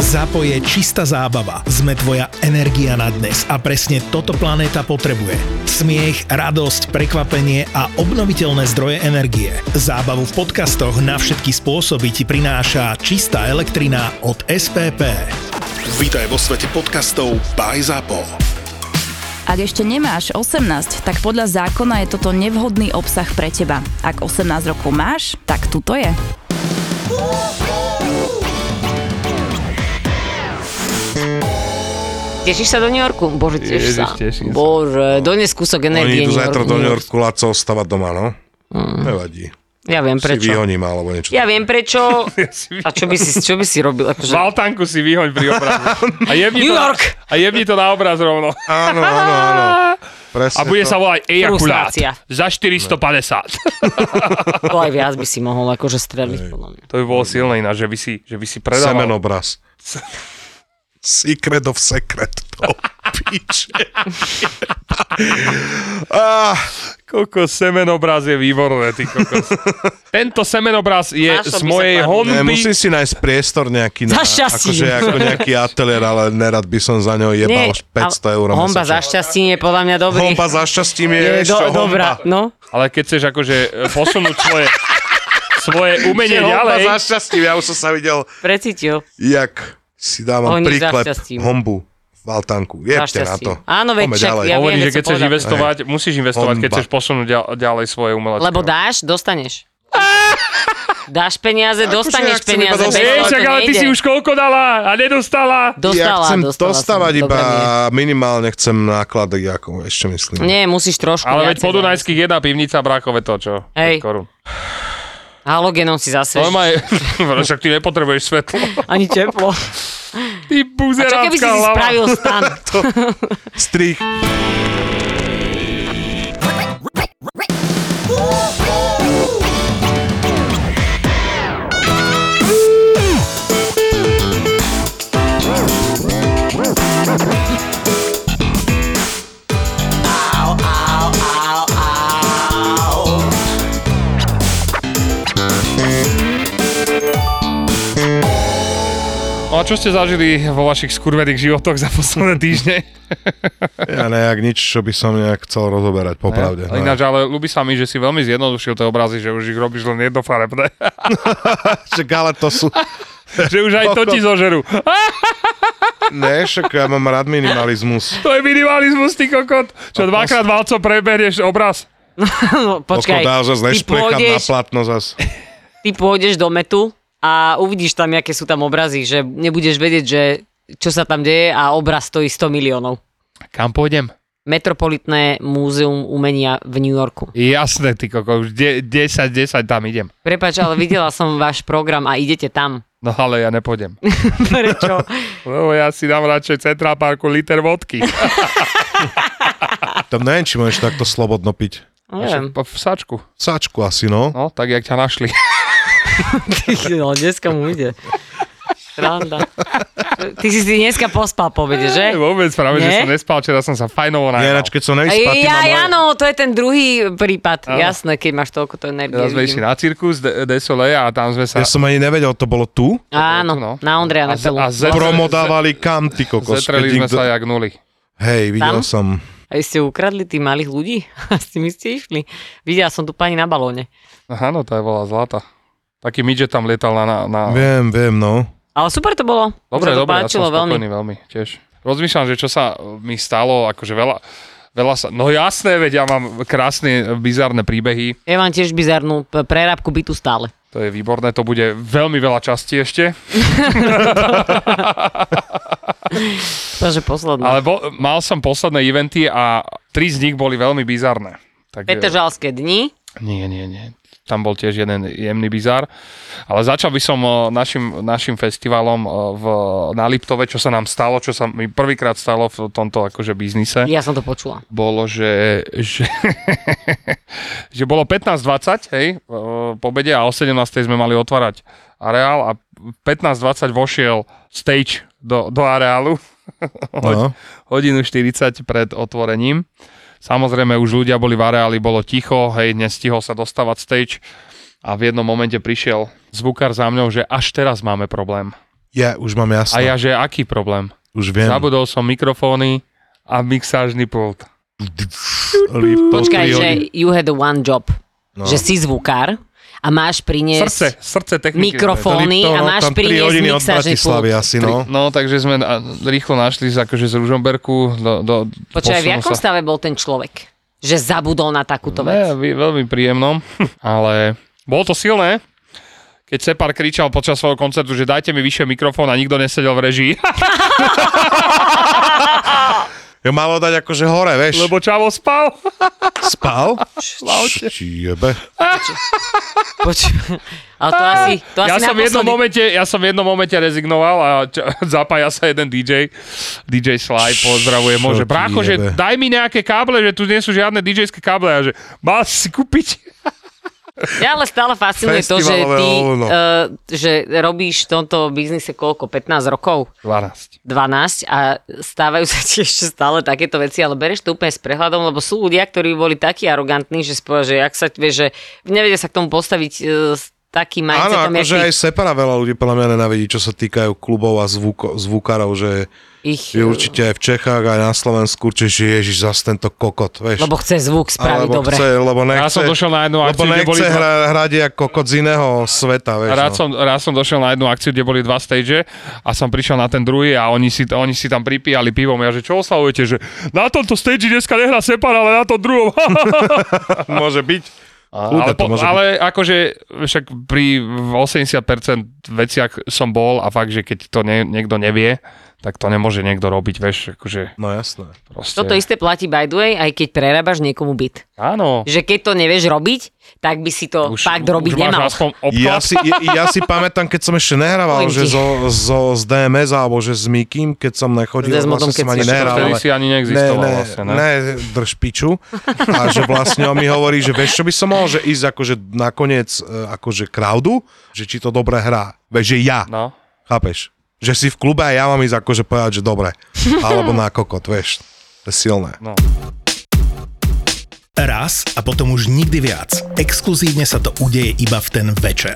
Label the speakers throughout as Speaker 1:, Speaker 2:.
Speaker 1: ZAPO je čistá zábava. Sme tvoja energia na dnes a presne toto planéta potrebuje. Smiech, radosť, prekvapenie a obnoviteľné zdroje energie. Zábavu v podcastoch na všetky spôsoby ti prináša čistá elektrina od SPP.
Speaker 2: Vítaj vo svete podcastov by ZAPO.
Speaker 3: Ak ešte nemáš 18, tak podľa zákona je toto nevhodný obsah pre teba. Ak 18 rokov máš, tak tuto je.
Speaker 4: Tešíš sa do New Yorku? Bože, tešíš
Speaker 5: Ježiš,
Speaker 4: sa.
Speaker 5: teším sa.
Speaker 4: Bože, dones kúsok
Speaker 5: Oni
Speaker 4: energie.
Speaker 5: idú
Speaker 4: New
Speaker 5: zajtra
Speaker 4: York,
Speaker 5: do New Yorku, Laco ostáva doma, no? Nevadí.
Speaker 4: Ja viem
Speaker 5: Si
Speaker 4: prečo.
Speaker 5: vyhoním alebo niečo.
Speaker 4: Ja viem prečo.
Speaker 5: si
Speaker 4: A čo by si, čo by si robil? Akože,
Speaker 6: Baltanku si vyhoň pri obrazu. A jebni,
Speaker 4: New
Speaker 6: to,
Speaker 4: York!
Speaker 6: a jebni to na obraz rovno.
Speaker 5: Áno, áno, áno. Presne
Speaker 6: A bude
Speaker 5: to.
Speaker 6: sa volať ejakulát.
Speaker 4: Frustrácia.
Speaker 6: Za 450.
Speaker 4: to aj viac by si mohol akože streliť, podľa mňa.
Speaker 6: To by bolo silné ináč, že by si, že by si predával.
Speaker 5: Semen obraz. Secret of secret. Oh, To piče. Ah,
Speaker 6: Koko, semenobraz je výborné, ty kokos. Tento semenobraz je
Speaker 4: Našlo by
Speaker 6: z
Speaker 4: sa
Speaker 6: mojej
Speaker 4: pár
Speaker 6: honby.
Speaker 5: ne, musím si nájsť priestor nejaký
Speaker 4: Za
Speaker 5: na,
Speaker 4: šťastím.
Speaker 5: akože ako nejaký ateliér, ale nerad by som za ňo jebal už 500 eur.
Speaker 4: Homba za šťastie je podľa mňa dobrý.
Speaker 5: Homba za šťastím je,
Speaker 4: je
Speaker 5: ešte
Speaker 4: do,
Speaker 5: homba.
Speaker 4: dobrá, no.
Speaker 6: Ale keď chceš akože e, posunúť svoje, svoje umenie
Speaker 4: Že honba
Speaker 6: ďalej,
Speaker 5: Za šťastím, ja už som sa videl,
Speaker 4: Precítil.
Speaker 5: jak si dávam
Speaker 4: Oni za
Speaker 5: príklad
Speaker 4: šťastím.
Speaker 5: hombu v Altanku. Jebte na
Speaker 4: šťastím.
Speaker 5: to.
Speaker 4: Áno, veď
Speaker 5: Poďme
Speaker 4: však
Speaker 5: ďalej.
Speaker 4: ja viem.
Speaker 6: hovorí,
Speaker 4: veď som
Speaker 6: že keď chceš
Speaker 4: povedal.
Speaker 6: investovať, musíš investovať, keď
Speaker 5: Honba.
Speaker 6: chceš posunúť ďal- ďalej svoje umelecké.
Speaker 4: Lebo dáš, dostaneš. Dáš peniaze, dostaneš
Speaker 5: ja Akože chcem iba
Speaker 4: peniaze.
Speaker 5: dostať.
Speaker 4: bez
Speaker 6: Ej,
Speaker 4: toho
Speaker 6: však,
Speaker 4: to
Speaker 6: ale ty
Speaker 4: nejde.
Speaker 6: si už koľko dala a nedostala.
Speaker 4: Dostala,
Speaker 5: ja chcem
Speaker 4: dostala
Speaker 5: dostávať
Speaker 4: som.
Speaker 5: iba
Speaker 4: Dobre,
Speaker 5: minimálne chcem náklady, ako ešte myslím.
Speaker 4: nie. nie, musíš trošku.
Speaker 6: Ale veď
Speaker 4: viacej
Speaker 6: po
Speaker 4: dať.
Speaker 6: Dunajských jedna pivnica, brákové to, čo?
Speaker 4: Hej.
Speaker 6: 5 korún.
Speaker 4: Halogénom si
Speaker 6: To
Speaker 4: zasvežíš.
Speaker 6: ma je... Však ty nepotrebuješ svetlo.
Speaker 4: Ani teplo.
Speaker 6: Ty
Speaker 4: A čo keby si
Speaker 6: buzerácká
Speaker 4: si
Speaker 6: hlava.
Speaker 4: spravil stan?
Speaker 5: Strich.
Speaker 6: No a čo ste zažili vo vašich skurvených životoch za posledné týždne?
Speaker 5: Ja nejak nič, čo by som nejak chcel rozoberať, popravde. No.
Speaker 6: Ale Ináč, ale ľubí sa mi, že si veľmi zjednodušil tie obrazy, že už ich robíš len jednofarebné.
Speaker 5: Však, ale to sú...
Speaker 6: že už aj to ti zožerú.
Speaker 5: Ne, však ja mám rád minimalizmus.
Speaker 6: To je minimalizmus, ty kokot. Čo dvakrát valcom preberieš obraz.
Speaker 4: No, počkaj,
Speaker 5: Dá, zase
Speaker 4: ty
Speaker 5: nešplechám na
Speaker 4: pôjdeš,
Speaker 5: platno zase.
Speaker 4: ty pôjdeš do metu a uvidíš tam, aké sú tam obrazy, že nebudeš vedieť, že čo sa tam deje a obraz stojí 100 miliónov.
Speaker 6: Kam pôjdem?
Speaker 4: Metropolitné múzeum umenia v New Yorku.
Speaker 6: Jasné, ty kokot. Už 10, 10 tam idem.
Speaker 4: Prepač, ale videla som váš program a idete tam.
Speaker 6: No ale ja nepôjdem.
Speaker 4: Prečo?
Speaker 6: Lebo ja si dám radšej Central Parku liter vodky.
Speaker 5: Tam neviem, či môžeš takto slobodno piť.
Speaker 4: No, Neviem.
Speaker 6: V sačku.
Speaker 5: Sačku asi, no.
Speaker 6: No, tak jak ťa našli.
Speaker 4: No, dneska mu ide. Randa. Ty si si dneska pospal, povede, že?
Speaker 6: Vôbec práve, že
Speaker 4: Nie?
Speaker 6: som nespal, včera som sa fajnovo
Speaker 5: Ja
Speaker 6: najal.
Speaker 5: ináč, keď som nevyspatý,
Speaker 4: Ja,
Speaker 5: mám...
Speaker 4: ja, áno, to je ten druhý prípad. Jasné, keď máš toľko to energie.
Speaker 6: Teraz sme išli
Speaker 4: vidím.
Speaker 6: na cirkus de, de Soleil a tam sme
Speaker 5: Ja
Speaker 6: sa...
Speaker 5: som ani nevedel, to bolo tu.
Speaker 4: Áno,
Speaker 6: No.
Speaker 4: na Ondreja
Speaker 6: a, z,
Speaker 4: Nepelu.
Speaker 6: a z,
Speaker 5: Promo dávali kam, ty kokos. keď
Speaker 6: zetreli sme
Speaker 5: nikto-
Speaker 6: sa jak nuly.
Speaker 5: Hej, videl
Speaker 4: Tam?
Speaker 5: som.
Speaker 4: A vy ste ukradli tých malých ľudí? A s tými ste išli? Videla som tu pani na balóne.
Speaker 6: Áno, tá no, je bola zlata. Taký midget tam lietal na... na, na...
Speaker 5: Viem, viem, no.
Speaker 4: Ale super to bolo. Mne sa
Speaker 6: Dobre,
Speaker 4: to
Speaker 6: dobre, ja
Speaker 4: páčilo
Speaker 6: som
Speaker 4: veľmi.
Speaker 6: spokojný veľmi. tiež. Rozmýšľam, že čo sa mi stalo, akože veľa, veľa sa... No jasné, veď ja mám krásne, bizarné príbehy.
Speaker 4: Ja mám tiež bizarnú p- prerábku bytu stále.
Speaker 6: To je výborné, to bude veľmi veľa častí ešte.
Speaker 4: Takže posledná. Ale...
Speaker 6: Ale bo, mal som posledné eventy a tri z nich boli veľmi bizarné. Takže...
Speaker 4: Petržalské dni.
Speaker 6: Nie, nie, nie. Tam bol tiež jeden jemný bizar. Ale začal by som o, našim, našim festivalom o, v, na Liptove, čo sa nám stalo, čo sa mi prvýkrát stalo v tomto akože biznise.
Speaker 4: Ja som to počula.
Speaker 6: Bolo, že, že, že bolo 15.20, hej, o, po obede a o 17.00 sme mali otvárať areál a 15.20 vošiel stage do, do areálu
Speaker 5: no.
Speaker 6: hodinu 40 pred otvorením. Samozrejme už ľudia boli v areáli, bolo ticho, hej, nestihol sa dostávať stage a v jednom momente prišiel zvukár za mňou, že až teraz máme problém.
Speaker 5: Ja už mám jasno.
Speaker 6: A ja, že aký problém?
Speaker 5: už viem.
Speaker 6: Zabudol som mikrofóny a mixážny pult.
Speaker 5: Liptovský
Speaker 4: Počkaj,
Speaker 5: olej.
Speaker 4: že you had the one job. No. Že si zvukár a máš priniesť...
Speaker 6: Srdce, srdce techniky.
Speaker 4: mikrofóny
Speaker 5: Liptov,
Speaker 4: a
Speaker 5: no,
Speaker 4: máš
Speaker 5: tam tri
Speaker 4: priniesť
Speaker 5: hodiny od
Speaker 4: mixážny
Speaker 5: Bratislavy
Speaker 4: pult.
Speaker 5: asi, no.
Speaker 6: No, takže sme a, rýchlo našli z- akože z Ružomberku do... do
Speaker 4: Počkaj, v
Speaker 6: posunul
Speaker 4: jakom
Speaker 6: sa-
Speaker 4: stave bol ten človek? Že zabudol na takúto
Speaker 6: Ne,
Speaker 4: vec.
Speaker 6: vy- veľmi príjemnom, ale bolo to silné. Keď Separ kričal počas svojho koncertu, že dajte mi vyššie mikrofón a nikto nesedel v režii,
Speaker 5: Jo, malo dať akože hore, vieš.
Speaker 6: lebo Čavo spal.
Speaker 5: spal?
Speaker 6: aute.
Speaker 5: Jebe.
Speaker 4: Poč- ale to asi, to
Speaker 6: ja,
Speaker 4: asi
Speaker 6: som v jednom
Speaker 4: naposledy.
Speaker 6: momente, ja som v jednom momente rezignoval a č- zapája sa jeden DJ, DJ Sly, pozdravuje
Speaker 5: Čo
Speaker 6: môže.
Speaker 5: ti
Speaker 6: Brácho, že
Speaker 5: jebe.
Speaker 6: daj mi nejaké káble, že tu nie sú žiadne DJ-ské káble a že mal si kúpiť.
Speaker 4: Mňa ale stále fascinuje to, že
Speaker 5: Festivalové
Speaker 4: ty
Speaker 5: ovno.
Speaker 4: uh, že robíš v tomto biznise koľko? 15 rokov?
Speaker 6: 12.
Speaker 4: 12 a stávajú sa ti ešte stále takéto veci, ale bereš to úplne s prehľadom, lebo sú ľudia, ktorí boli takí arogantní, že spôr, že ak sa vie, že nevedia sa k tomu postaviť e, s takým
Speaker 5: Áno,
Speaker 4: mindsetom, jak
Speaker 5: akože
Speaker 4: ty,
Speaker 5: aj Separa veľa ľudí podľa mňa nenavidí, čo sa týkajú klubov a zvuko, zvukárov, že
Speaker 4: ich,
Speaker 5: je určite aj v Čechách, aj na Slovensku, určite, že ježiš, zase tento kokot, vieš.
Speaker 4: lebo chce zvuk spraviť
Speaker 5: Alebo
Speaker 4: dobre.
Speaker 5: Chce, lebo nechce,
Speaker 6: Ja som došiel na jednu
Speaker 5: lebo
Speaker 6: akciu, kde
Speaker 5: nechce
Speaker 6: boli dva-
Speaker 5: hra, hrať ako kokot z iného sveta, vieš.
Speaker 6: Rád
Speaker 5: no.
Speaker 6: som, rád som došiel na jednu akciu, kde boli dva stage a som prišiel na ten druhý a oni si, oni si tam pripíjali pivom. Ja, že čo oslavujete, že na tomto stage dneska nehrá Separ, ale na tom druhom.
Speaker 5: Môže byť.
Speaker 6: ale,
Speaker 5: Kľudne to
Speaker 6: po,
Speaker 5: môže
Speaker 6: ale akože však pri v 80% veciach som bol a fakt, že keď to nie, niekto nevie, tak to nemôže niekto robiť, vieš, akože
Speaker 5: No jasné.
Speaker 6: proste.
Speaker 4: Toto isté platí by the way, aj keď prerábaš niekomu byt.
Speaker 6: Áno.
Speaker 4: Že keď to nevieš robiť, tak by si to fakt robiť
Speaker 6: už máš
Speaker 4: nemal.
Speaker 6: aspoň
Speaker 5: Ja
Speaker 6: obklad.
Speaker 5: si, ja, ja si pamätám, keď som ešte nehrával,
Speaker 4: Poviem
Speaker 5: že
Speaker 4: ti.
Speaker 5: so, so, s DMS alebo že s Mikým, keď som nechodil,
Speaker 4: S
Speaker 5: vlastne
Speaker 4: Desmondom, keď
Speaker 5: som ani
Speaker 4: si ešte
Speaker 5: nehral.
Speaker 6: vtedy
Speaker 5: ale-
Speaker 6: si ani neexistoval
Speaker 5: ne,
Speaker 6: vlastne, ne?
Speaker 5: ne, drž piču. A že vlastne on mi hovorí, že vieš, čo by som mal, že ísť akože nakoniec e, akože crowdu, že či to dobre hrá. Vieš, že ja.
Speaker 6: No.
Speaker 5: Chápeš? Že si v klube a ja mám ísť akože povedať, že dobre. Alebo na kokot, vieš. To je silné.
Speaker 1: Raz a potom už nikdy viac. Exkluzívne sa to udeje iba v ten večer.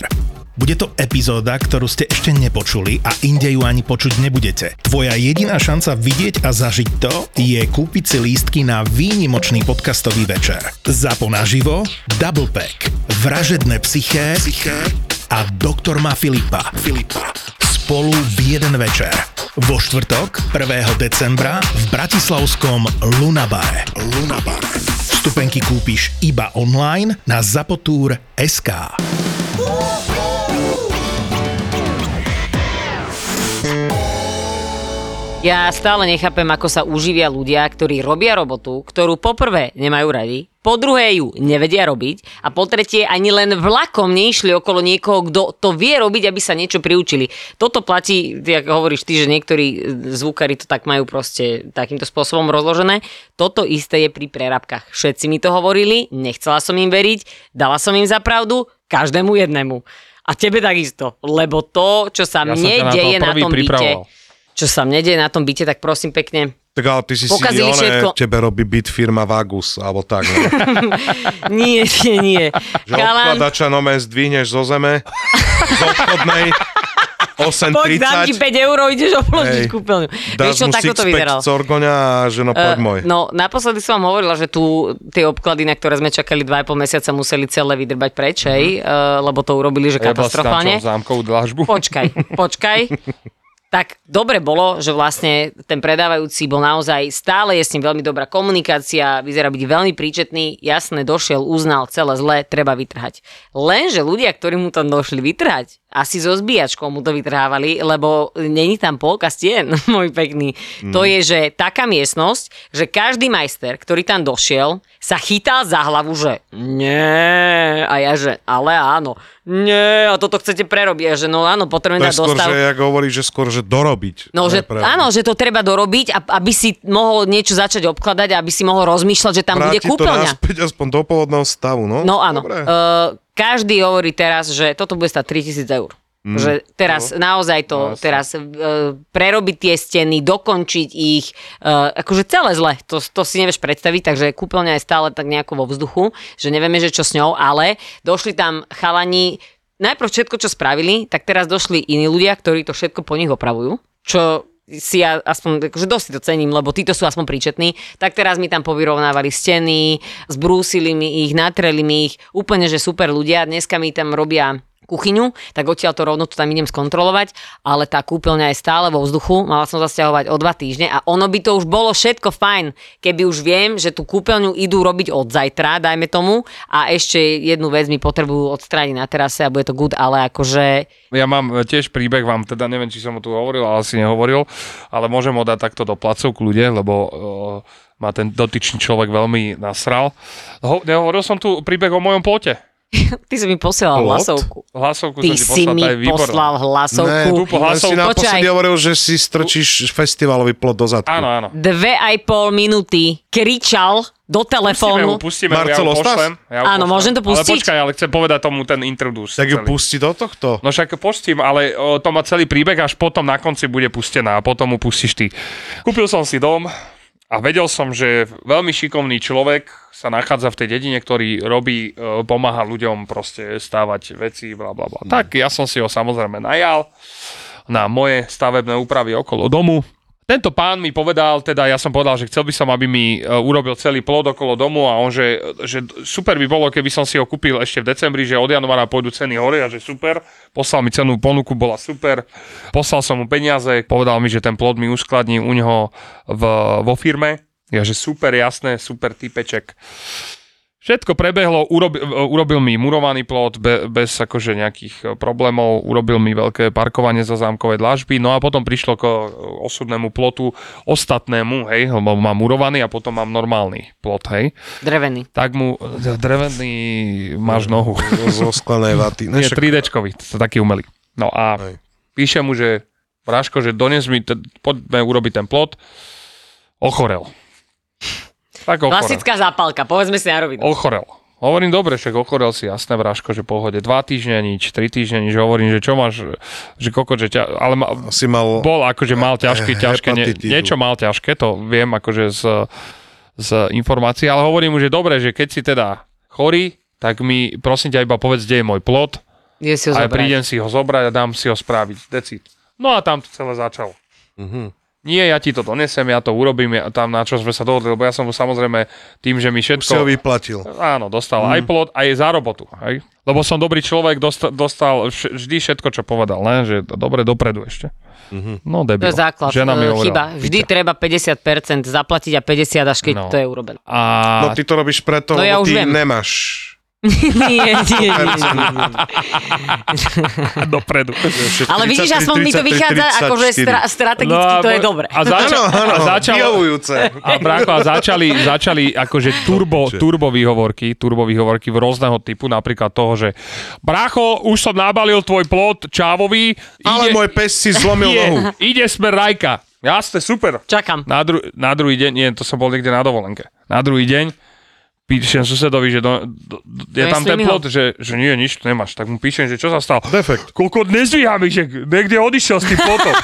Speaker 1: Bude to epizóda, ktorú ste ešte nepočuli a inde ju ani počuť nebudete. Tvoja jediná šanca vidieť a zažiť to je kúpiť si lístky na výnimočný podcastový večer. Zapo naživo, Double Pack, Vražedné psyché, psyché a Doktor má Filipa. Filipa. Spolu v jeden večer. Vo štvrtok 1. decembra v bratislavskom Lunabare. Lunabare. Vstupenky kúpiš iba online na zapotúr.sk.
Speaker 4: Ja stále nechápem, ako sa uživia ľudia, ktorí robia robotu, ktorú poprvé nemajú radi, po druhé ju nevedia robiť a po tretie ani len vlakom neišli okolo niekoho, kto to vie robiť, aby sa niečo priučili. Toto platí, ako hovoríš ty, že niektorí e, zvukári to tak majú proste takýmto spôsobom rozložené. Toto isté je pri prerabkách. Všetci mi to hovorili, nechcela som im veriť, dala som im za pravdu, každému jednému. A tebe takisto, lebo to, čo sa
Speaker 6: Ja som ťa
Speaker 4: mne
Speaker 6: na to
Speaker 4: deje na
Speaker 6: prvý
Speaker 4: tom byte,
Speaker 6: pripravoval.
Speaker 4: čo sa mne deje na tom byte, tak prosím pekne.
Speaker 5: Tak ale ty si
Speaker 4: Pokazili
Speaker 5: si
Speaker 4: všetko.
Speaker 5: one, tebe robí byt firma Vagus, alebo tak. No.
Speaker 4: Nie, nie, nie.
Speaker 5: Že odkladača nome zdvihneš zo zeme, z obchodnej,
Speaker 4: poď, dám ti
Speaker 5: 8.30,
Speaker 4: 5 eur, ideš obložiť
Speaker 5: Hej.
Speaker 4: kúpeľňu. Vieš
Speaker 5: dáš
Speaker 4: čo,
Speaker 5: mu
Speaker 4: takto to
Speaker 5: sixpack
Speaker 4: vyzeralo.
Speaker 5: z orgoňa a že no poď
Speaker 4: Eh,
Speaker 5: môj.
Speaker 4: No, naposledy som vám hovorila, že tu tie obklady, na ktoré sme čakali 2,5 mesiaca, museli celé vydrbať preč, hej,
Speaker 5: Mhm.
Speaker 4: eh, lebo to urobili, že
Speaker 6: Jebal si tam čo,
Speaker 4: katastrofálne.
Speaker 6: zámkovú dlažbu.
Speaker 4: Počkaj, počkaj. Tak dobre bolo, že vlastne ten predávajúci bol naozaj, stále je s ním veľmi dobrá komunikácia, vyzerá byť veľmi príčetný, jasne došiel, uznal celé zlé, treba vytrhať. Lenže ľudia, ktorí mu to došli vytrhať, asi so zbíjačkou mu to vytrhávali, lebo není tam polka stien, môj pekný. To je, že taká miestnosť, že každý majster, ktorý tam došiel, sa chytal za hlavu, že nie, a ja, že ale áno, nie, a toto chcete prerobiť, a že no áno,
Speaker 5: To
Speaker 4: potrebujem
Speaker 5: je
Speaker 4: dať
Speaker 5: skôr,
Speaker 4: dostav.
Speaker 5: že jak hovorí, že skôr, že dorobiť.
Speaker 4: No, že,
Speaker 5: Nepre-
Speaker 4: áno, že to treba dorobiť, a- aby si mohol niečo začať obkladať a aby si mohol rozmýšľať, že tam bude
Speaker 5: Vráti
Speaker 4: kúpeľňa.
Speaker 5: to naspäť aspoň do pôvodného stavu, no?
Speaker 4: No áno.
Speaker 5: Dobre.
Speaker 4: Uh, každý hovorí teraz, že toto bude stať 3000 eur. Mm, že teraz no, naozaj to, no, teraz uh, prerobiť tie steny, dokončiť ich, uh, akože celé zle, to, to si nevieš predstaviť, takže kúpeľňa je stále tak nejako vo vzduchu, že nevieme, že čo s ňou, ale došli tam chalani najprv všetko, čo spravili, tak teraz došli iní ľudia, ktorí to všetko po nich opravujú, čo si ja aspoň, akože dosť si to cením, lebo títo sú aspoň príčetní, tak teraz mi tam povyrovnávali steny, zbrúsili mi ich, natreli mi ich, úplne, že super ľudia, dneska mi tam robia kuchyňu, tak odtiaľ to rovno to tam idem skontrolovať, ale tá kúpeľňa je stále vo vzduchu, mala som zasťahovať o dva týždne a ono by to už bolo všetko fajn, keby už viem, že tú kúpeľňu idú robiť od zajtra, dajme tomu, a ešte jednu vec mi potrebujú odstrániť na terase a bude to good, ale akože
Speaker 6: Ja mám e, tiež príbeh, vám teda neviem, či som ho tu hovoril, ale asi nehovoril, ale môžem ho dať takto do placov k ľude, lebo uh, ma ten dotyčný človek veľmi nasral. Ho, nehovoril som tu príbeh o mojom plote.
Speaker 4: ty si mi posielal
Speaker 5: Lot?
Speaker 4: hlasovku.
Speaker 6: Hlasovku
Speaker 4: Ty
Speaker 6: som akože ti
Speaker 4: si
Speaker 6: poslal,
Speaker 4: mi
Speaker 6: tá je výborná.
Speaker 4: poslal hlasovku.
Speaker 5: len
Speaker 6: tu po
Speaker 5: si
Speaker 6: hlasovku-
Speaker 5: naposledy
Speaker 4: Počkaj.
Speaker 5: hovoril, že si strčíš festivalový plot do zadku.
Speaker 6: Áno, áno.
Speaker 4: Dve aj pol minúty kričal do
Speaker 6: Pustíme ju,
Speaker 4: telefónu.
Speaker 6: pustíme ju, ja ju
Speaker 5: Marcelo Stas?
Speaker 6: pošlem. Ja ju
Speaker 4: Áno,
Speaker 6: pošlem.
Speaker 4: môžem to pustiť?
Speaker 6: Ale počkaj, ale chcem povedať tomu ten introduce.
Speaker 5: Tak ju
Speaker 6: celý.
Speaker 5: pusti do tohto.
Speaker 6: No však pustím, ale o, to má celý príbeh, až potom na konci bude pustená a potom mu pustíš ty. Kúpil som si dom a vedel som, že veľmi šikovný človek sa nachádza v tej dedine, ktorý robí, e, pomáha ľuďom proste stávať veci, bla bla bla. Tak ja som si ho samozrejme najal na moje stavebné úpravy okolo domu. Tento pán mi povedal, teda ja som povedal, že chcel by som, aby mi e, urobil celý plod okolo domu a on, že, že super by bolo, keby som si ho kúpil ešte v decembri, že od januára pôjdu ceny hore a že super. Poslal mi cenú ponuku, bola super. Poslal som mu peniaze, povedal mi, že ten plod mi uskladní u neho v, vo firme. Ja, že super, jasné, super typeček. Všetko prebehlo, urobi, e, urobil mi murovaný plot be, bez akože nejakých e, problémov, urobil mi veľké parkovanie za zámkové dlažby, no a potom prišlo k e, osobnému plotu ostatnému, hej, lebo mám murovaný a potom mám normálny plot, hej.
Speaker 4: Drevený.
Speaker 6: Tak mu e, drevený máš nohu.
Speaker 5: Zo sklenej vaty. Ne,
Speaker 6: Nie,
Speaker 5: však-
Speaker 6: 3D-čkový, to sa taký umelý. No a
Speaker 5: Hej.
Speaker 6: píše mu, že Vražko, že dones mi, t- poďme urobiť ten plot. Ochorel. Tak ochorel.
Speaker 4: Klasická zápalka, povedzme si na rovinu.
Speaker 6: Ochorel. Hovorím, dobre, však ochorel si, jasné, Vražko, že pohode. Dva týždne nič, tri týždne nič, hovorím, že čo máš, že koko, že ťa, ale ma,
Speaker 5: Asi mal...
Speaker 6: bol akože mal ťažké, ťažké, nie,
Speaker 5: Eh, hepatitídu.
Speaker 6: niečo mal ťažké, to viem akože z, z informácií, ale hovorím mu, že dobre, že keď si teda chorý, tak mi prosím ťa iba povedz, kde je môj plot,
Speaker 4: Je si ho zobrať.
Speaker 6: a ja prídem si ho zobrať a dám si ho spraviť. Decid. No a tam to celé začalo.
Speaker 5: Mhm.
Speaker 6: Mm-hmm. Nie, ja ti to donesem, ja to urobím, ja, tam na čo sme sa dohodli, lebo ja som mu samozrejme tým, že
Speaker 5: Už
Speaker 6: mi
Speaker 5: si ho
Speaker 6: všetko...
Speaker 5: vyplatil.
Speaker 6: Áno, dostal mm. aj plot, aj za robotu. Hej? Lebo som dobrý človek, dostal, dostal vš- vždy všetko, čo povedal, len, že dobre dopredu ešte. Mm-hmm.
Speaker 5: Mhm.
Speaker 6: No
Speaker 4: To
Speaker 6: debil.
Speaker 4: je základ,
Speaker 6: Žena mi
Speaker 4: e,
Speaker 6: hovorila,
Speaker 4: chyba. Vždy
Speaker 6: "Piča."
Speaker 4: treba 50% zaplatiť a 50 až keď
Speaker 6: No.
Speaker 4: to je urobené.
Speaker 6: A
Speaker 5: No ty to robíš preto,
Speaker 4: No ja už
Speaker 5: lebo
Speaker 4: viem.
Speaker 5: ty nemáš.
Speaker 4: nie, nie, nie.
Speaker 6: dopredu.
Speaker 4: Ale vidíš, aspoň mi to vychádza, akože stra- strategicky
Speaker 6: No a
Speaker 4: to je
Speaker 6: bo-
Speaker 4: dobre.
Speaker 6: A, zača- a začalo,
Speaker 5: Vyhovujúce.
Speaker 6: A brácho, a začali, začali akože turbo, turbo výhovorky, turbo výhovorky v rôzneho typu, napríklad toho, že brácho, už som nabalil tvoj plot čávový,
Speaker 5: Ale
Speaker 6: ide,
Speaker 5: môj pes si zlomil
Speaker 6: ide,
Speaker 5: nohu.
Speaker 6: ide smer Rajka. Jasne, super.
Speaker 4: Čakám.
Speaker 6: Na, dru- na druhý deň, nie, to som bol niekde na dovolenke. Na druhý deň píšem susedovi, že do, do, do, je
Speaker 4: No,
Speaker 6: tam
Speaker 4: jestli
Speaker 6: ten
Speaker 4: mi ho-
Speaker 6: plot, že, že nie, nič nemáš. Tak mu píšem, že čo sa stalo.
Speaker 5: Defekt.
Speaker 6: Koľko nezvíham, že niekde odišiel s tým plotom.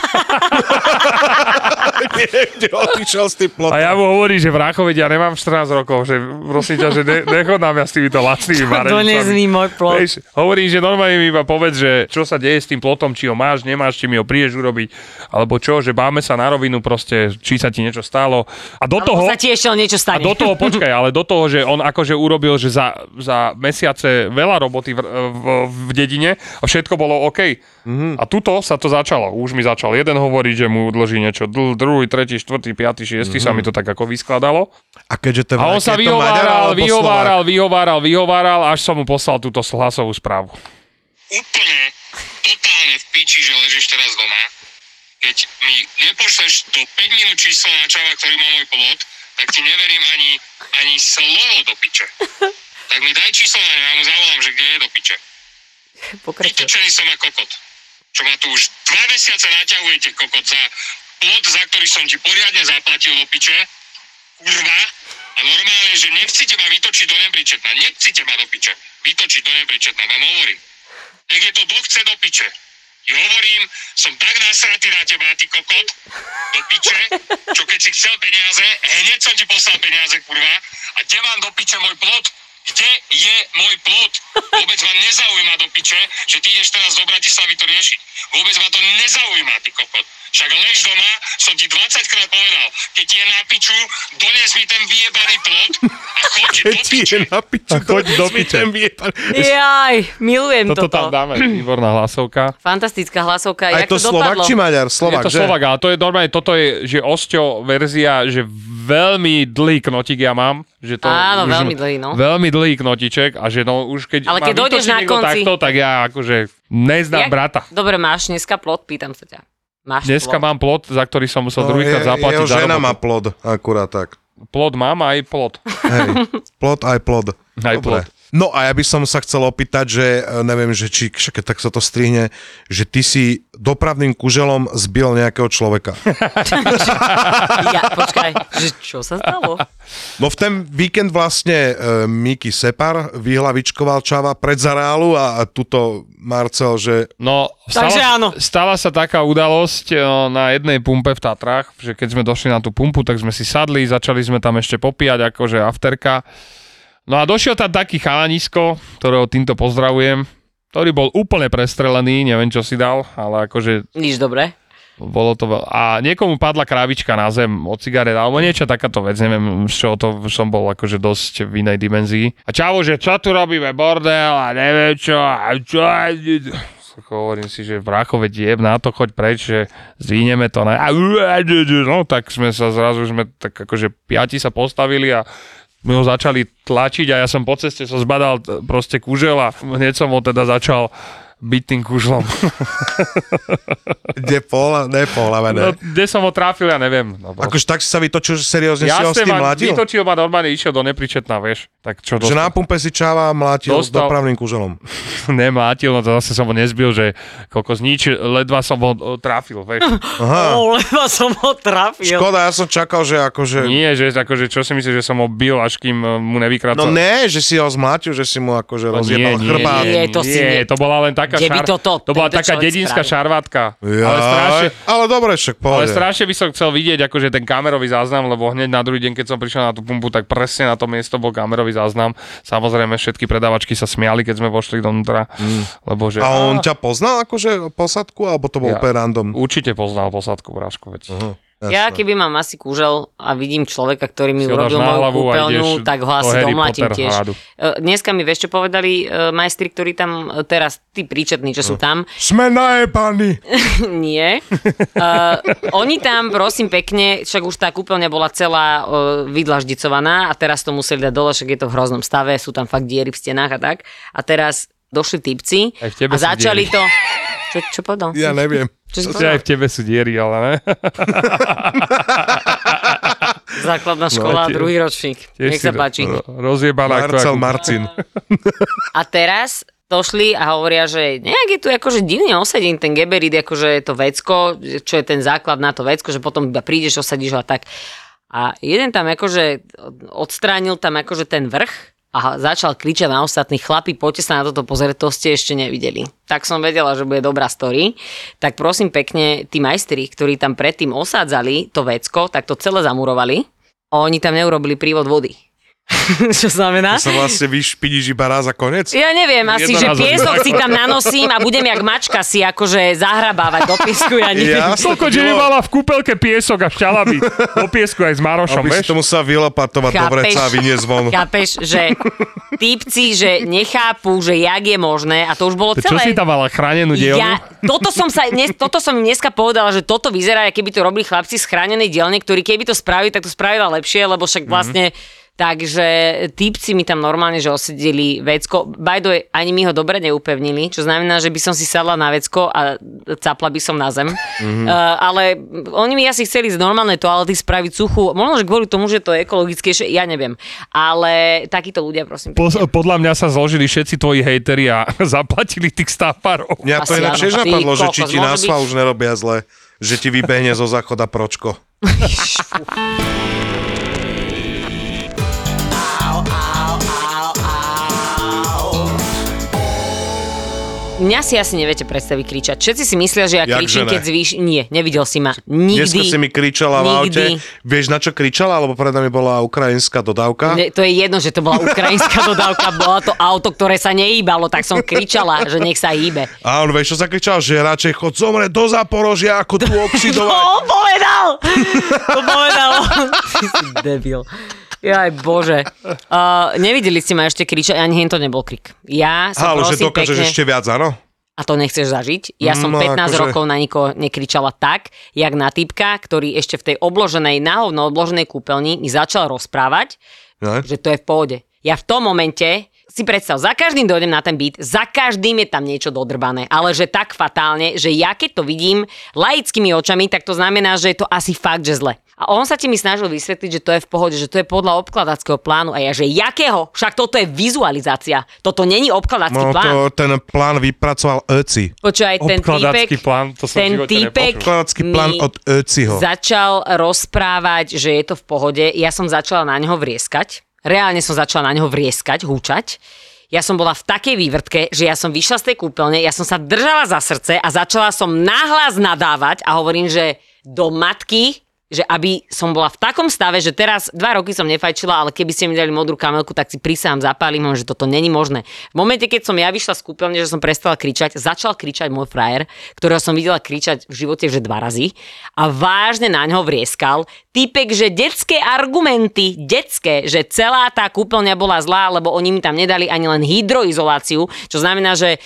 Speaker 5: Niekde odišiel z tým plotom.
Speaker 6: A ja mu hovorím, že Vrácho, veď ja nemám 14 rokov, že prosím ťa, že ne, nechod nám ja s týmito
Speaker 4: Dones
Speaker 6: lacnými
Speaker 4: mi
Speaker 6: varenicami.
Speaker 4: môj plot.
Speaker 6: Vieš, hovorím, že normálne mi iba povedz, že čo sa deje s tým plotom, či ho máš, nemáš, či mi ho prídeš urobiť, alebo čo, že báme sa na rovinu proste, či sa ti niečo stalo. A do toho...
Speaker 4: Alebo sa ti ešte len niečo
Speaker 6: A
Speaker 4: stane.
Speaker 6: do toho, počkaj, ale do toho, že on akože urobil, že za, za mesiace veľa roboty v, v, v dedine a všetko bolo OK. Mm-hmm. A tuto sa to začalo. Už mi začal jeden hovoriť, že mu dlží niečo, dl, druhý, tretí, štvrtý, piatý, šiestý, mm-hmm. sa mi to tak ako vyskladalo.
Speaker 5: A keďže to
Speaker 6: A on sa
Speaker 5: je to Maďar alebo
Speaker 6: vyhováral, vyhováral, vyhováral, vyhováral, až som mu poslal túto hlasovú správu.
Speaker 7: úplne, totálne v piči, že ležíš teraz doma. Keď mi nepošleš do 5 minút číslo na čava, ktorý má môj plot, tak ti neverím ani, ani slovo do piče. Tak mi daj číslo a ja mu zavolám, že kde je do piče.
Speaker 4: Pokračuj.
Speaker 7: Vytočený som ako kokot. Čo ma tu už dva mesiace naťahujete, kokot, za plot, za ktorý som ti poriadne zaplatil do piče. Kurva. A normálne, že nechcete ma vytočiť do nepríčetna. Nechcete ma do piče. Vytočiť do nepríčetna, vám hovorím. Nech je to Boh chce do piče. Ti hovorím, som tak nasratý na teba, ty kokot, do piče, čo keď si chcel peniaze, hneď som ti poslal peniaze, kurva. A kde mám do piče môj plot? kde je môj plot? Vôbec ma nezaujíma do piče, že ty ideš teraz do Bratislavy to riešiť. Vôbec ma to nezaujíma, ty kokot. Však lež doma, som ti 20 krát povedal, keď ti je na piču, dones mi ten vyjebaný plot a choď do
Speaker 5: Keď ti
Speaker 7: piče.
Speaker 5: je na piču,
Speaker 6: A choď do
Speaker 5: mi
Speaker 6: piče.
Speaker 5: ten vietor.
Speaker 4: Jaj, milujem
Speaker 6: Toto
Speaker 4: toto.
Speaker 6: tam dáme, výborná hlasovka.
Speaker 4: Fantastická hlasovka.
Speaker 5: Aj
Speaker 4: Jak
Speaker 5: to Slovak
Speaker 4: dopadlo?
Speaker 5: či Maďar? Slovak,
Speaker 6: je to
Speaker 5: že?
Speaker 6: Slovak, ale to je normálne, toto je, že Osťo verzia, že veľmi dlhý knotik ja mám. Že to,
Speaker 4: Áno,
Speaker 6: už,
Speaker 4: veľmi dlhý, no.
Speaker 6: Veľmi dlhý knotiček a že no už keď
Speaker 4: Ale
Speaker 6: ma
Speaker 4: keď dojdeš
Speaker 6: vytočí
Speaker 4: na
Speaker 6: niekto
Speaker 4: konci-
Speaker 6: takto, tak ja akože neznám
Speaker 4: Jak-
Speaker 6: brata.
Speaker 4: Dobre, máš dneska plot? Pýtam sa ťa. Máš plot?
Speaker 6: Dneska mám plot, za ktorý som musel
Speaker 5: No,
Speaker 6: druhýkrát
Speaker 5: je-
Speaker 6: zaplatiť
Speaker 5: Jeho
Speaker 6: za
Speaker 5: žena
Speaker 6: robotu.
Speaker 5: má plod, akurát tak.
Speaker 6: Plot mám aj plot.
Speaker 5: Hej, plod aj plod.
Speaker 6: Aj plod.
Speaker 5: No a ja by som sa chcel opýtať, že e, neviem, že či však keď tak sa to strihne, že ty si dopravným kuželom zbil nejakého človeka.
Speaker 4: Ja, počkaj, že čo sa stalo?
Speaker 5: No v ten víkend vlastne e, Miki Separ vyhlavičkoval Čava pred zarálu a tuto Marcel, že
Speaker 6: No,
Speaker 4: Takže
Speaker 6: stala,
Speaker 4: áno.
Speaker 6: stala sa taká udalosť e, na jednej pumpe v Tatrách, že keď sme došli na tú pumpu, tak sme si sadli, začali sme tam ešte popíjať, akože afterka. No a došiel tam taký chalanisko, ktorého týmto pozdravujem, ktorý bol úplne prestrelený, neviem čo si dal, ale akože
Speaker 4: Nič dobre.
Speaker 6: bolo to... veľ- A niekomu padla krávička na zem od cigaret, alebo niečo takáto vec, neviem, z čoho to som bol akože dosť v inej dimenzii. A čavo, že čo tu robíme, bordel, a neviem čo, a čo... Tak Hovorím si, že vrachove dieb, na to choď preč, že zvíneme to. Ne? A, no tak sme sa zrazu, sme tak akože piati sa postavili a my ho začali tlačiť a ja som po ceste sa zbadal t- proste kužel a hneď som ho teda začal byť tým kužlom.
Speaker 5: kde pola, ne
Speaker 6: No,
Speaker 5: pohlavené.
Speaker 6: kde som ho tráfil, ja neviem. No, proste.
Speaker 5: Akože tak si sa vytočil, že seriózne si
Speaker 6: ja
Speaker 5: ho s
Speaker 6: som
Speaker 5: tým
Speaker 6: ma,
Speaker 5: mlátil?
Speaker 6: vytočil ma normálne, išiel do nepričetná, vieš. Tak čo
Speaker 5: Že na
Speaker 6: dostal?
Speaker 5: pumpe si Čava mlátil s
Speaker 6: Dostal.
Speaker 5: dopravným kuželom.
Speaker 6: Nemlátil, no to zase som ho nezbil, že koľko znič, ledva som ho o, trafil, vieš.
Speaker 5: Aha.
Speaker 4: O, lebo som ho trafil.
Speaker 5: Škoda, ja som čakal, že akože...
Speaker 6: Nie, že akože, čo si myslíš, že som ho bil, až kým e, mu
Speaker 5: No
Speaker 6: nevykrácal.
Speaker 5: ne, že si ho zmlátil, že si mu akože
Speaker 6: No
Speaker 5: rozjebal chrbát.
Speaker 4: nie, to si
Speaker 6: nie,
Speaker 4: nie-
Speaker 6: to bola len taká,
Speaker 4: Kde by toto
Speaker 6: to bola
Speaker 4: tento
Speaker 6: taká
Speaker 4: človek
Speaker 6: dedinská
Speaker 4: spravil?
Speaker 6: šarvátka. Ale
Speaker 5: Jaj,
Speaker 6: strašne,
Speaker 5: ale dobre, však
Speaker 6: ale
Speaker 5: pohode.
Speaker 6: strašne by som chcel vidieť akože ten kamerový záznam, lebo hneď na druhý deň, keď som prišiel na tú pumpu, tak presne na to miesto bol kamerový záznam. Samozrejme, všetky predávačky sa smiali, keď sme vošli dovnútra, lebo že...
Speaker 5: Mm. A on ťa poznal akože posadku, alebo to bol
Speaker 6: Ja.
Speaker 5: úplne random?
Speaker 6: Určite poznal posádku Brášku, veď.
Speaker 5: Aha,
Speaker 4: Ja
Speaker 5: jasné.
Speaker 4: keby mám asi kúžel a vidím človeka, ktorý mi
Speaker 6: Si ho dáš
Speaker 4: urobil
Speaker 6: na
Speaker 4: moju
Speaker 6: hlavu a
Speaker 4: kúpeľňu,
Speaker 6: ideš
Speaker 4: tak ho
Speaker 6: do
Speaker 4: asi
Speaker 6: Harry
Speaker 4: domlátim
Speaker 6: Potter
Speaker 4: tiež.
Speaker 6: hradu.
Speaker 4: E, Dneska mi vieš, čo povedali e, majstri, ktorí tam e, teraz, tí príčetní, čo
Speaker 6: No.
Speaker 4: sú tam,
Speaker 5: Sme najebaní.
Speaker 4: Nie. Uh, oni tam, prosím pekne, však už tá kúpeľňa bola celá uh, vydlaždicovaná a teraz to museli dať dole, však je to v hroznom stave, sú tam fakt diery v stenách a tak. A teraz došli typci
Speaker 6: Aj v tebe
Speaker 4: a
Speaker 6: sú
Speaker 4: začali
Speaker 6: diery.
Speaker 4: to... Čo, čo povedal?
Speaker 5: Ja neviem.
Speaker 4: Čo si
Speaker 6: Proste aj
Speaker 4: povedal?
Speaker 6: v tebe sú diery, ale ne?
Speaker 4: Základná škola,
Speaker 6: tie-
Speaker 4: druhý ročník.
Speaker 6: Tiež
Speaker 4: Nech
Speaker 6: si No.
Speaker 4: sa páči.
Speaker 6: ro- Rozjebaná.
Speaker 5: Marcel
Speaker 6: ako-
Speaker 5: Marcin.
Speaker 4: A teraz došli a hovoria, že nejak je tu akože divne osadený ten geberit, akože to vecko, čo je ten základ na to vecko, že potom iba prídeš, osadíš a tak. A jeden tam akože odstránil tam akože ten vrch a začal kričať na ostatných chlapi, poďte sa na toto pozrieť, to ste ešte nevideli. Tak som vedela, že bude dobrá story. Tak prosím pekne, tí majstri, ktorí tam predtým osádzali to vecko, tak to celé zamurovali a oni tam neurobili prívod vody. čo znamená?
Speaker 5: Sa vlastne vyšpidíš iba raz a konec?
Speaker 4: Ja neviem, asi,
Speaker 6: Jedna
Speaker 4: že
Speaker 6: na zem.
Speaker 4: piesok si tam nanosím a budem jak mačka si akože zahrabávať do piesku, ja neviem.
Speaker 5: Ja?
Speaker 6: Koľko
Speaker 5: Bolo-
Speaker 6: že mala v kúpelke piesok a šťalaby. Do piesku aj s Marošom,
Speaker 5: Aby si
Speaker 6: vieš?
Speaker 5: to musel vylopatovať do vreca a vyniesť von.
Speaker 4: chápeš, že týpci, že nechápu, že jak je možné a to už bolo
Speaker 6: To Čo
Speaker 4: celé.
Speaker 6: si tam mala chránenú dielňu?
Speaker 4: Ja, toto som sa, dnes, toto som im dneska povedala, že toto vyzerá, aké by to robili chlapci z chránenej dielne, ktorí keby to spravili, tak to spravila lepšie, lebo však vlastne Takže típci mi tam normálne, že osedili vecko. By the way, ani mi ho dobre neupevnili, čo znamená, že by som si sadla na vecko a capla by som na zem. Mm-hmm. Uh, ale oni mi asi chceli z normálnej toalety spraviť suchú, možno, že kvôli tomu, že to je ekologickejšie, ja neviem. Ale takíto ľudia, prosím.
Speaker 6: Po, podľa mňa sa zložili všetci tvoji hejteri a zaplatili tých stáparov.
Speaker 5: Mňa to
Speaker 4: Asi
Speaker 5: inak
Speaker 4: áno.
Speaker 5: tiež
Speaker 4: Ty
Speaker 5: napadlo, že
Speaker 4: kokos,
Speaker 5: či ti
Speaker 4: môže
Speaker 5: násla
Speaker 4: byť.
Speaker 5: už nerobia zle. Že ti vybehne zo záchoda pročko.
Speaker 4: mňa si asi neviete predstaviť kričať. Všetci si myslia, že ja
Speaker 5: Jak
Speaker 4: kričím,
Speaker 5: že ne?
Speaker 4: keď zvýš... Nie, nevidel si ma. Nikdy.
Speaker 5: Dneska si mi kričala v aute.
Speaker 4: Nikdy.
Speaker 5: Vieš, na čo kričala? Lebo pred nami bola ukrajinská dodávka.
Speaker 4: Ne, to je jedno, že to bola ukrajinská dodávka, bola to auto, ktoré sa nehýbalo, tak som kričala, že nech sa hýbe.
Speaker 5: A on vieš, čo zakričal? Že radšej chod zomre do Zaporožia, ako tu
Speaker 4: To
Speaker 5: oxidovať.
Speaker 4: on povedal! To povedal. Ty si debil. Jaj bože. Uh, nevideli ste ma ešte kričať, ani hen to nebol krik. Ja sa
Speaker 5: Ale že
Speaker 4: prosím
Speaker 5: dokážeš
Speaker 4: pekne,
Speaker 5: ešte viac, áno?
Speaker 4: a to nechceš zažiť. Ja som
Speaker 5: No,
Speaker 4: 15
Speaker 5: akože-
Speaker 4: rokov na nikoho nekričala tak, jak na typka, ktorý ešte v tej obloženej, nahovno obloženej kúpeľni mi začal rozprávať,
Speaker 5: Ne?
Speaker 4: že to je v pohode. Ja v tom momente si predstav, za každým dojdem na ten byt, za každým je tam niečo dodrbané, ale že tak fatálne, že ja keď to vidím laickými očami, tak to znamená, že je to asi fakt, že zle. A on sa ti mi snažil vysvetliť, že to je v pohode, že to je podľa obkladackého plánu a ja, že jakého? Však toto je vizualizácia, toto není obkladacký
Speaker 5: No
Speaker 4: plán.
Speaker 5: to, ten plán vypracoval Öci.
Speaker 4: Počúvaj, ten
Speaker 6: Obkladacký
Speaker 4: týpek,
Speaker 6: plán, to som v
Speaker 4: ten
Speaker 6: živote
Speaker 4: týpek
Speaker 6: nepočul.
Speaker 5: Obkladacký
Speaker 4: mi
Speaker 5: plán od Öciho.
Speaker 4: začal rozprávať, že je to v pohode. Ja som začala na neho vrieskať. Reálne som začala na neho vrieskať, húčať. Ja som bola v takej vývrtke, že ja som vyšla z tej kúpeľne, ja som sa držala za srdce a začala som nahlas nadávať a hovorím, že do matky, že aby som bola v takom stave, že teraz dva roky som nefajčila, ale keby ste mi dali modrú kamelku, tak si prisám, zapálim ho, že toto není možné. V momente, keď som ja vyšla z kúpeľne, že som prestala kričať, začal kričať môj frajer, ktorého som videla kričať v živote že dva razy a vážne na ňo vrieskal. Týpek, že detské argumenty, detské, že celá tá kúpeľňa bola zlá, lebo oni mi tam nedali ani len hydroizoláciu, čo znamená, že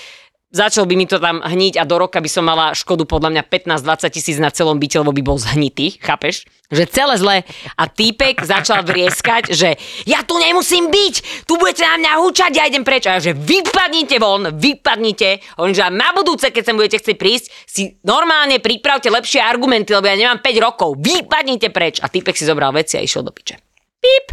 Speaker 4: začal by mi to tam hniť a do roka by som mala škodu podľa mňa 15-20 tisíc na celom byte, lebo by bol zhnitý, chápeš? Že celé zle. A týpek začal vrieskať, že ja tu nemusím byť, tu budete na mňa hučať, ja idem preč. A ja, že vypadnite von, vypadnite. On, že a na budúce, keď sem budete chcieť prísť, si normálne pripravte lepšie argumenty, lebo ja nemám 5 rokov. Vypadnite preč. A týpek si zobral veci a išiel do piče. Pip.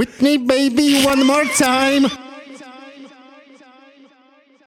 Speaker 8: Whitney, baby, one more time.